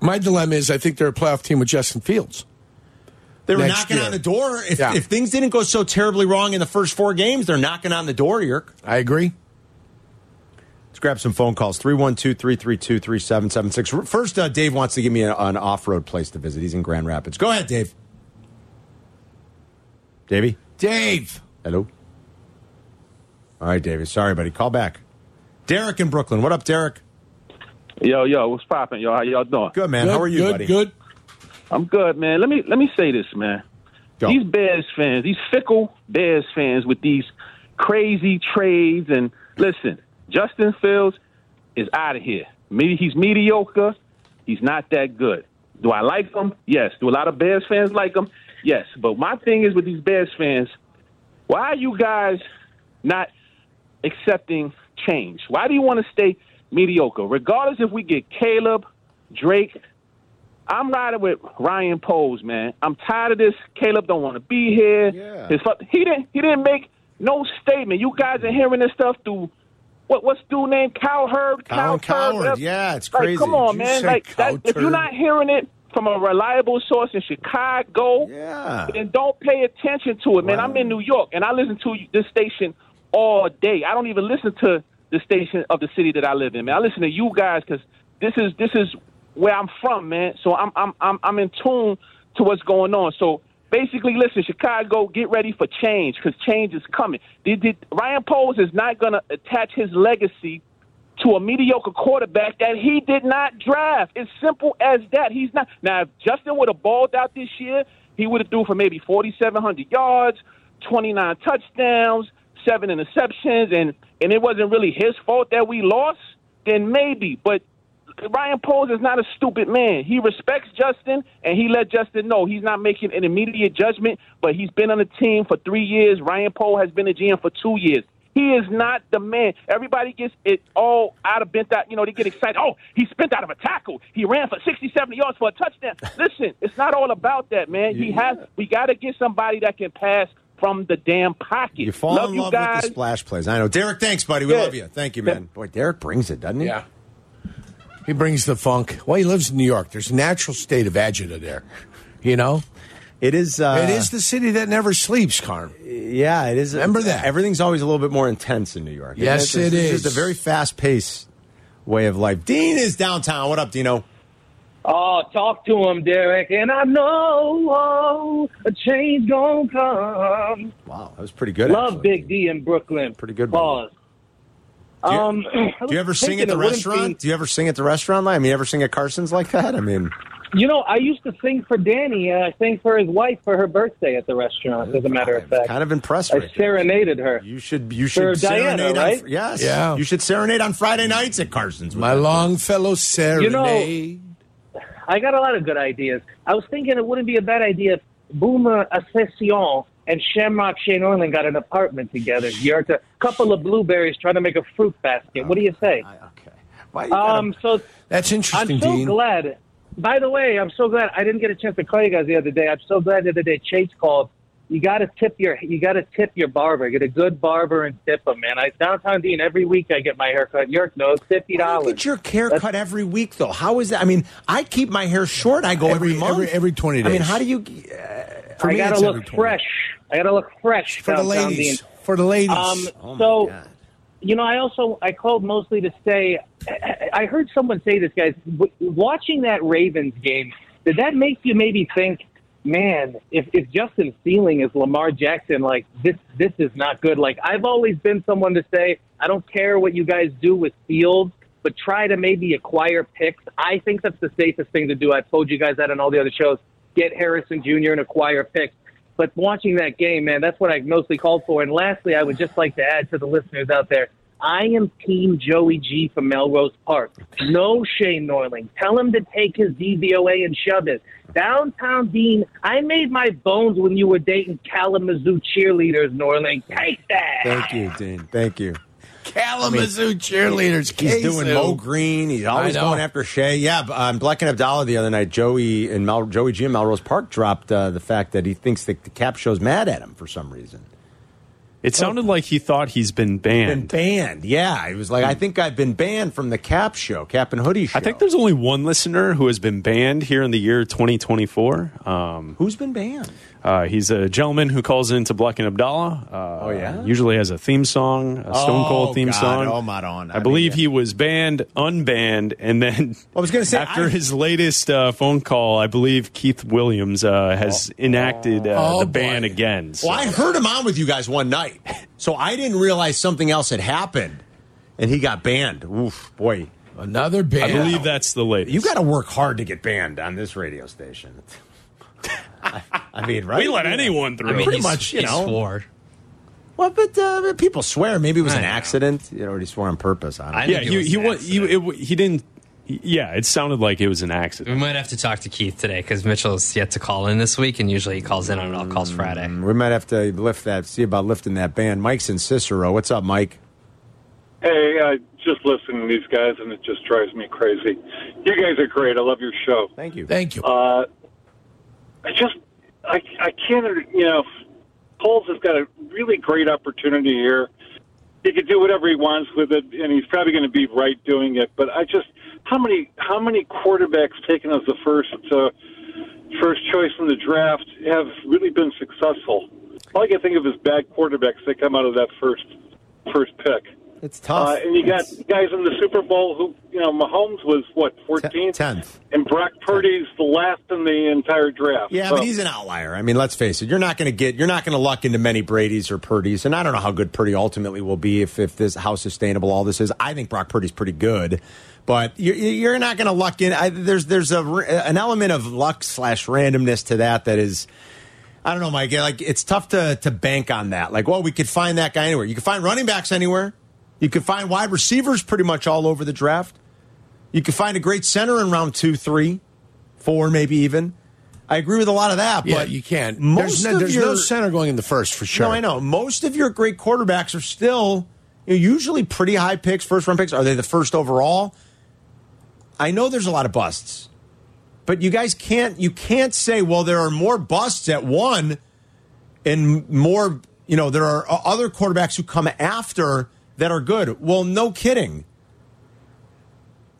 My dilemma is I think they're a playoff team with Justin Fields.
They were
Next
knocking
year.
on the door. If,
Yeah.
if things didn't go so terribly wrong in the first four games, they're knocking on the door, Yerk.
I agree.
Let's grab some phone calls 312 332 3776. First, uh, Dave wants to give me a- an off road place to visit. He's in Grand Rapids. Go ahead, Dave. Davey?
Dave.
Hello. All right, David. Sorry, buddy. Call back. Derek in Brooklyn. What up, Derek?
Yo, yo, what's popping, yo? How y'all doing?
Good man.
Good,
How are you,
good,
buddy?
Good.
I'm good, man. Let me let me say this, man.
Go.
These Bears fans, these fickle Bears fans, with these crazy trades and listen, Justin Fields is out of here. Me, he's mediocre. He's not that good. Do I like him? Yes. Do a lot of Bears fans like him? Yes. But my thing is with these Bears fans, why are you guys not accepting change? Why do you want to stay mediocre? Regardless if we get Caleb, Drake, I'm riding with Ryan Poles, man. I'm tired of this. Caleb don't want to be here.
Yeah.
His fu- he didn't he didn't make no statement. You guys are hearing this stuff through what what's dude named Cowherd?
Colin
Cowherd,
Cowherd.
whatever.
Yeah, it's
Like,
crazy.
come on,
Did you
man.
say
Like that, if
Cowherd?
you're not hearing it from a reliable source in Chicago,
Yeah.
then don't pay attention to it, man. I'm in New York and I listen to this station all day. I don't even listen to the station of the city that I live in, man. I listen to you guys because this is this is where I'm from, man. So I'm I'm I'm I'm in tune to what's going on. So basically, listen, Chicago, get ready for change because change is coming. Did, did, Ryan Poles is not going to attach his legacy to a mediocre quarterback that he did not draft. It's simple as that. He's not. Now, if Justin would have balled out this year, he would have threw for maybe 4,700 yards, 29 touchdowns, seven interceptions, and and it wasn't really his fault that we lost. Then maybe, but Ryan Poles is not a stupid man. He respects Justin, and he let Justin know he's not making an immediate judgment, but he's been on the team for three years. Ryan Pohl has been a GM for two years. He is not the man. Everybody gets it all out of bent out. You know, they get excited. Oh, he spent out of a tackle. He ran for 67 yards for a touchdown. Listen, it's not all about that, man. He has. We got to get somebody that can pass from the damn pocket.
You fall
love
in
you
love
guys.
with the splash plays. I know. Derek, thanks, buddy. We
Yeah.
love you. Thank you, man. Boy, Derek brings it, doesn't he?
Yeah. He brings the funk. Well, he lives in New York. There's a natural state of agita there. You know?
It is. Uh,
it is the city that never sleeps, Carm.
Yeah, it is. uh,
Remember that.
Everything's always a little bit more intense in New York. isn't
Yes,
It's-
it
it's
is.
just a very fast paced way of life. Dean is downtown. What up, Dino?
Oh, talk to him, Derek, and I know uh, a change gonna come.
Wow, that was pretty good.
Love
actually.
Big D in Brooklyn.
Pretty good,
Pause.
Do you,
Um,
do you ever sing
thinking
at the
it wouldn't
restaurant? Do you ever sing at the restaurant? Like, I mean, you ever sing at Carson's like that? I mean,
be- you know, I used to sing for Danny, and I sang for his wife for her birthday at the restaurant. As a matter of fact,
kind of impressed.
I
right there.
serenaded her.
You should. You
For
should
Diana,
serenade. on-
right?
yes.
Yeah.
You should serenade on Friday nights at Carson's. with
My
that.
Longfellow Serenade.
I got a lot of good ideas. I was thinking it wouldn't be a bad idea if Boomer Accession and Shamrock Shane Orland got an apartment together. You're a couple of blueberries trying to make a fruit basket. What do you say?
I- okay. Why you gotta-
Um, so
That's interesting,
I'm so
Dean.
glad. By the way, I'm so glad I didn't get a chance to call you guys the other day. I'm so glad the other day Chase called. You got to tip your you got to tip your barber. Get a good barber and tip him, man. I downtown Dean every week. I get my haircut. York knows fifty
Why do
dollars.
you get your hair cut every week though? How is that? I mean, I keep my hair short. I go every,
Every-
month.
every- every 20
I mean,
days.
how do you?
For
I
me,
gotta
it's
look
every 20.
fresh. I gotta look fresh
For the
downtown
ladies.
Dean.
For the ladies.
Um,
Oh my
so,
God.
you know, I also I called mostly to say I- I heard someone say this, guys. W- watching that Ravens game, did that make you maybe think, man, if if Justin Steeling is Lamar Jackson, like this this is not good. Like I've always been someone to say I don't care what you guys do with Fields. But try to maybe acquire picks. I think that's the safest thing to do. I've told you guys that on all the other shows. Get Harrison Jr. and acquire picks. But watching that game, man, that's what I mostly called for. And lastly, I would just like to add to the listeners out there, I am Team Joey G from Melrose Park. No Shane Norling. Tell him to take his DVOA and shove it. Downtown Dean, I made my bones when you were dating Kalamazoo cheerleaders, Norling. Take that.
Thank you, Dean. Thank you.
Kalamazoo cheerleaders.
He's
Kazoo.
doing Mo Green. He's always
I know.
going after Shea. Yeah, but, um, Black and Abdallah the other night, Joey and Mel, Joey G and Melrose Park dropped uh, the fact that he thinks that the cap show's mad at him for some reason.
It sounded like he thought he's been
Been
banned.
banned. Yeah, he was like, I think I've been banned from the cap show, cap and hoodie show.
I think there's only one listener who has been banned here in the year 2024. Um,
who's been banned.
uh, he's a gentleman who calls into Black and Abdallah. Uh,
Oh, yeah?
Usually has a theme song, a Stone Cold theme
God.
song.
Oh, Madonna.
I, believe he was banned, unbanned, and then
I was gonna say,
after
I-
his latest uh, phone call, I believe Keith Williams uh, has enacted uh,
Oh,
the
boy.
ban again. So-
Well, I heard him on with you guys one night, so I didn't realize something else had happened, and he got banned. Oof, boy,
Another band.
I believe that's the latest.
you got to work hard to get banned on this radio station. I, I mean, right?
we let anyone through.
I mean,
Pretty
he,
much,
much,
you
he
know.
swore.
Well, but uh, people swear maybe it was
I
an
know.
accident. You know, or he swore on purpose. I don't
I
know.
yeah,
think it
he
was
he
an
wa- he,
accident.
it, he didn't. Yeah, it sounded like it was an
We
accident.
might have to talk to Keith today because Mitchell's yet to call in this week, and usually he calls in on all calls Friday.
We might have to lift that. See about lifting that ban. Mike's in Cicero. What's up, Mike?
Hey, I just listen to these guys, and it just drives me crazy. You guys are great. I love your show.
Thank you.
Thank you.
Uh, I just, I, I can't, under- you know, Poles has got a really great opportunity here. He could do whatever he wants with it, and he's probably going to be right doing it. But I just, how many, how many quarterbacks taken as the first, uh, first choice in the draft have really been successful? All I can think of is bad quarterbacks that come out of that first, first pick.
It's tough.
Uh, and you got guys in the Super Bowl who you know, Mahomes was what fourteenth,
tenth.
and Brock Purdy's the last in the entire draft.
Yeah,
So-
but he's an outlier. I mean, let's face it. You're not going to get. You're not going to luck into many Brady's or Purdy's, and I don't know how good Purdy ultimately will be if if this how sustainable all this is. I think Brock Purdy's pretty good, but you're, you're not going to luck in. I, there's there's a r- an element of luck slash randomness to that that is. I don't know, Mike. Like it's tough to to bank on that. Like, well, we could find that guy anywhere. You could find running backs anywhere. You could find wide receivers pretty much all over the draft. You could find a great center in round two, three, four, maybe even. I agree with a lot of that,
Yeah,
but
you can't.
Most
There's, no,
of
there's
your,
no center going in the first for sure.
No, I know. Most of your great quarterbacks are still you know, usually pretty high picks, first round picks. Are they the first overall? I know there's a lot of busts, but you guys can't you can't say well there are more busts at one and more you know there are o- other quarterbacks who come after that are good. Well, no kidding.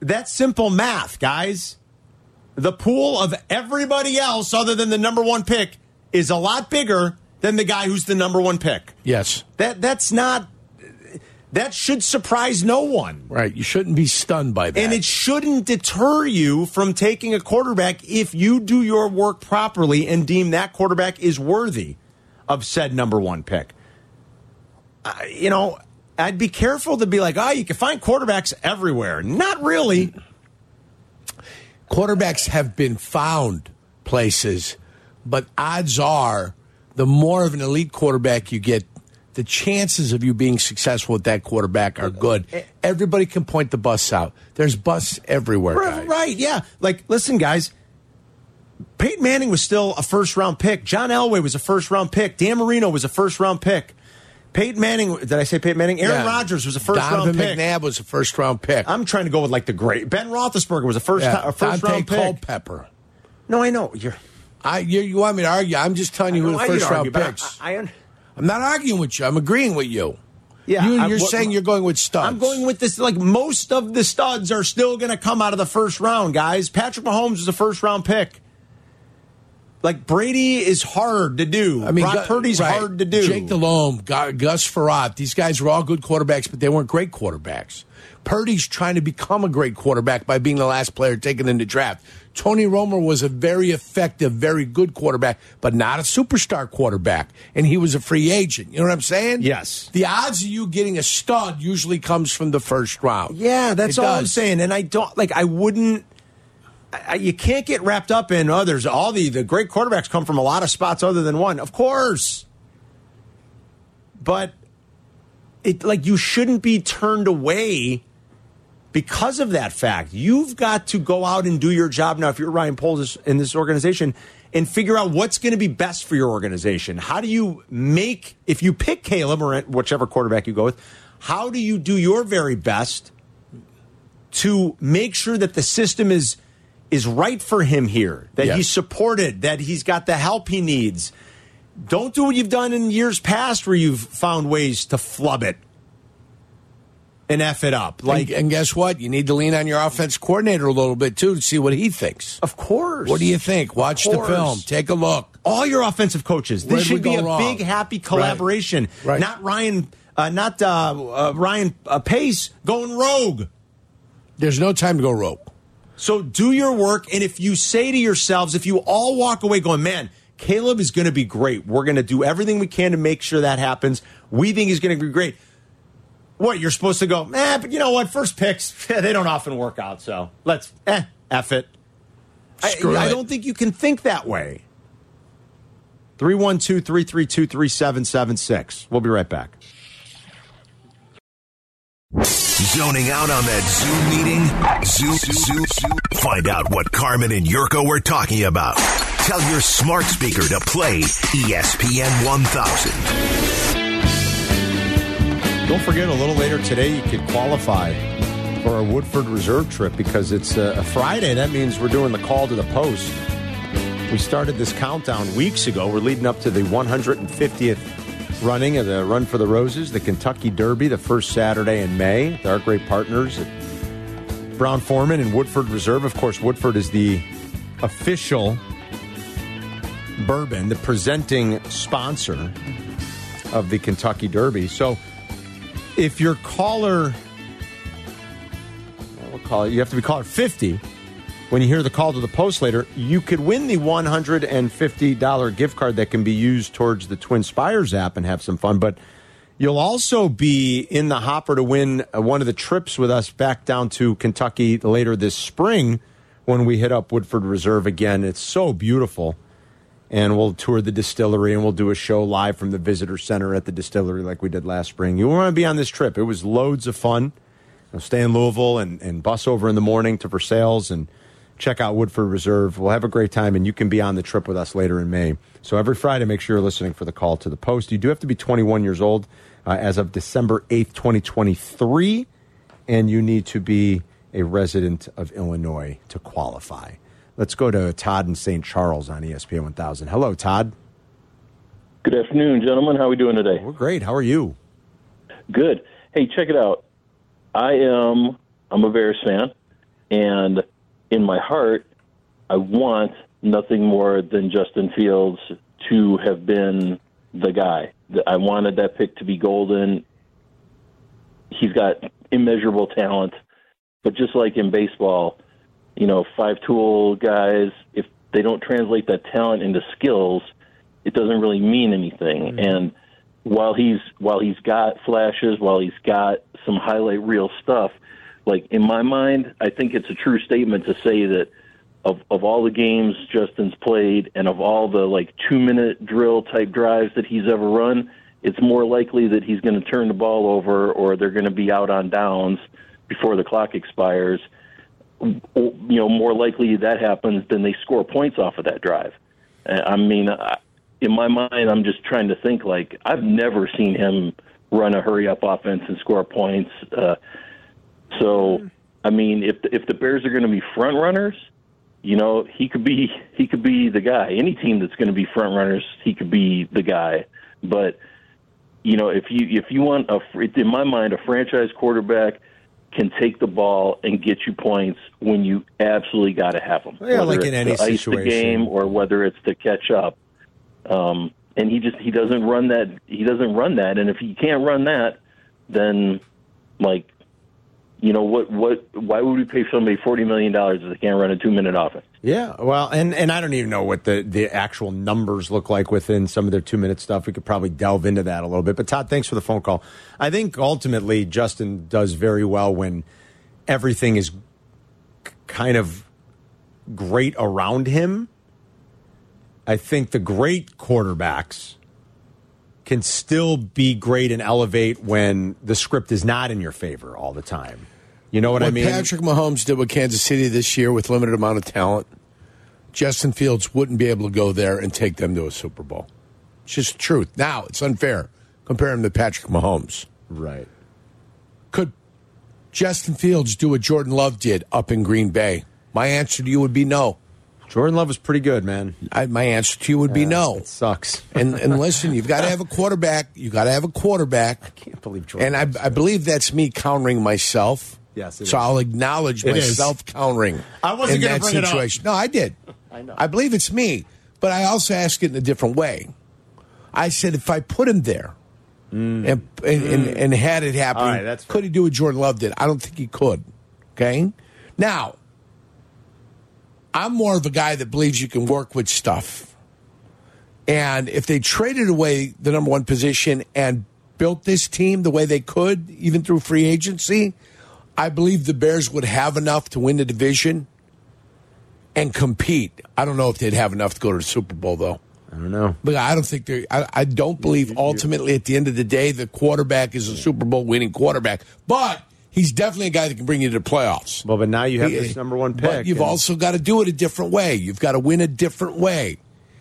That's simple math, guys. The pool of everybody else other than the number 1 pick is a lot bigger than the guy who's the number 1 pick.
Yes,
That that's not that should surprise no one.
right. You shouldn't be stunned by that.
And it shouldn't deter you from taking a quarterback if you do your work properly and deem that quarterback is worthy of said number one pick. I- you know, I'd be careful to be like, ah, you can find quarterbacks everywhere. Not really.
quarterbacks have been found places, but odds are the more of an elite quarterback you get, the chances of you being successful with that quarterback are good.
Eh.
Everybody can point the bus out. There's busts everywhere.
Right,
guys.
right, yeah. Like, listen, guys. Peyton Manning was still a first round pick. John Elway was a first round pick. Dan Marino was a first round pick. Peyton Manning, did I say Peyton Manning?
Yeah.
Aaron Rodgers was a first
Donovan
round pick.
McNabb was a first round pick.
I'm trying to go with like the great Ben Roethlisberger was a first
Yeah,
ti- a first
Dante
round pick.
Culpepper.
No, I know you're.
I you, you want me to argue? I'm just telling you who
No,
the
I did
first
argue,
round
but I-
picks.
I, I,
I'm not arguing with you. I'm agreeing with you.
Yeah,
you,
I-
you're
what-
saying you're going with studs.
I'm going with this. Like most of the studs are still going to come out of the first round, guys. Patrick Mahomes is a first round pick. Like Brady is hard to do. I mean, Brock
Gu-
Purdy's
right.
hard to do.
Jake Delhomme, Gu- Gus Farrat, these guys were all good quarterbacks, but they weren't great quarterbacks. Purdy's trying to become a great quarterback by being the last player taken in the draft. Tony Romo was a very effective, very good quarterback, but not a superstar quarterback, and he was a free agent. You know what I'm saying?
Yes.
The odds of you getting a stud usually comes from the first round.
Yeah, that's
It
all I'm
does.
saying. And I don't like. I wouldn't. I, I- you can't get wrapped up in others. All the the great quarterbacks come from a lot of spots other than one, of course. But it like you shouldn't be turned away because of that fact. You've got to go out and do your job now. If you're Ryan Poles in this organization. And figure out what's going to be best for your organization. How do you make, if you pick Caleb or whichever quarterback you go with, how do you do your very best to make sure that the system is is right for him here, that
Yes.
he's supported, that he's got the help he needs. Don't do what you've done in years past where you've found ways to flub it and F it up. Like,
Like, and guess what? You need to lean on your offense coordinator a little bit too to see what he thinks.
of course.
What do you think? Watch the
course.
film. Take a look.
All your offensive coaches.
Where'd
This
we
should be
go
a
wrong?
big, happy collaboration.
Right.
Not Ryan, uh, not uh, uh, Ryan uh, Pace going rogue.
There's no time to go rogue.
So do your work. And if you say to yourselves, if you all walk away going, man, Caleb is going to be great. We're going to do everything we can to make sure that happens. We think he's going to be great. What you're supposed to go, eh, but you know what? First picks, they don't often work out. So let's, eh, F it. I,
Screw
I
it.
don't think you can think that way. 312 332 3776. We'll be right back.
Zoning out on that Zoom meeting? Zoo, zoo, zoo. Find out what Carmen and Yurko were talking about. Tell your smart speaker to play E ESPN 1000.
Don't forget, a little later today, you could qualify for a Woodford Reserve trip because it's uh, a Friday. That means we're doing the call to the post. We started this countdown weeks ago. We're leading up to the 150th running of the Run for the Roses, the Kentucky Derby, the first Saturday in May. They're our great partners at Brown Foreman and Woodford Reserve. Of course, Woodford is the official bourbon, the presenting sponsor of the Kentucky Derby. So, if your caller, what caller. You have to be caller 50. When you hear the call to the post later, you could win the $150 gift card that can be used towards the Twin Spires app and have some fun. But you'll also be in the hopper to win uh, one of the trips with us back down to Kentucky later this spring when we hit up Woodford Reserve again. It's so beautiful and we'll tour the distillery and we'll do a show live from the visitor center at the distillery like we did last spring. You want to be on this trip. It was loads of fun. I'll stay in Louisville and, and bus over in the morning to Versailles and check out Woodford Reserve. We'll have a great time and you can be on the trip with us later in May. So every Friday, make sure you're listening for the call to the post. You do have to be 21 years old uh, as of December 8th, 2023, and you need to be a resident of Illinois to qualify. Let's go to Todd in St. Charles on E ESPN 1000. Hello, Todd.
Good afternoon, gentlemen. How are we doing today?
We're great. How are you?
Good. Hey, check it out. I am I'm a Bears fan, and in my heart, I want nothing more than Justin Fields to have been the guy. Th- I wanted that pick to be golden. He's got immeasurable talent, but just like in baseball, you know, five tool guys, if they don't translate that talent into skills, it doesn't really mean anything. And while he's while he's got flashes, while he's got some highlight reel stuff, like in my mind, I think it's a true statement to say that of of all the games Justin's played and of all the like two minute drill type drives that he's ever run, it's more likely that he's going to turn the ball over or they're going to be out on downs before the clock expires you know more likely that happens than they score points off of that drive. Uh, I mean, I, in my mind, I'm just trying to think like I've never seen him run a hurry up offense and score points. Uh,
Hmm.
so, I mean, if if the Bears are going to be front runners, you know, he could be he could be the guy. Any team that's going to be front runners, he could be the guy. But you know, if you if you want a fr- in my mind a franchise quarterback can take the ball and get you points when you absolutely got to have them.
Yeah, like in any
to ice
situation.
the game or whether it's to catch up. Um, and he just he doesn't run that he doesn't run that. And if he can't run that, then like you know what what why would we pay somebody forty million dollars if they can't run a two minute offense?
Yeah, well, and and I don't even know what the the actual numbers look like within some of their two minute stuff. We could probably delve into that a little bit. But Todd, thanks for the phone call. I think ultimately Justin does very well when everything is k- kind of great around him. I think the great quarterbacks can still be great and elevate when the script is not in your favor all the time. You know what, I mean?
Patrick Mahomes did with Kansas City this year with limited amount of talent. Justin Fields wouldn't be able to go there and take them to a Super Bowl. It's just the truth. Now it's unfair. Compare him to Patrick Mahomes.
right.
Could Justin Fields do what Jordan Love did up in Green Bay? My answer to you would be no.
Jordan Love is pretty good, man.
I, my answer to you would be no.
It sucks.
and and listen, you've got to have a quarterback. You got to have a quarterback.
can't believe Jordan.
And I, I believe that's me countering myself.
Yes,
So
it is.
I'll acknowledge
It is.
myself countering.
I wasn't
in
gonna
that
bring it up.
situation. No, I did. I
know.
I believe it's me, but I also ask it in a different way. I said if I put him there and, and, and and had it happen,
Mm. All right, that's fair.
could he do what Jordan Love did? I don't think he could. Okay, now I'm more of a guy that believes you can work with stuff. And if they traded away the number one position and built this team the way they could, even through free agency, I believe the Bears would have enough to win the division and compete. I don't know if they'd have enough to go to the Super Bowl, though.
I don't know.
But I don't think they. I, I don't believe ultimately at the end of the day the quarterback is a Super Bowl winning quarterback. But he's definitely a guy that can bring you to the playoffs.
Well, but now you have
He-
this number one pick.
But you've
and-
also got to do it a different way. You've got to win a different way.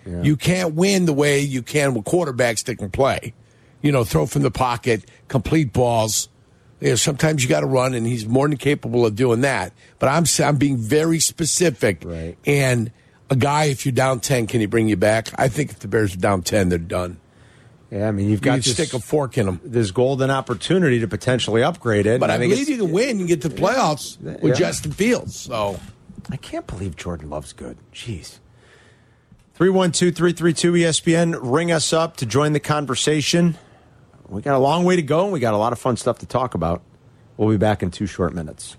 You can't win the way you can with quarterbacks that can play. You know, throw from the pocket, complete balls. You know, sometimes you got to run, and he's more than capable of doing that. But I'm s- I'm being very specific.
Right.
And a guy, if you're down ten, can he bring you back? I think if the Bears are down ten, they're done.
yeah, I mean, you've
You
got
can
this,
stick a fork in them.
this golden opportunity to potentially upgrade it.
But
and
I,
think
believe you
it's-
can win and get to the playoffs with
Yeah.
Justin Fields. So.
I can't believe Jordan Love's good. Jeez. 312 332 ESPN. Ring us up to join the conversation. We got a long way to go, and we got a lot of fun stuff to talk about. We'll be back in two short minutes.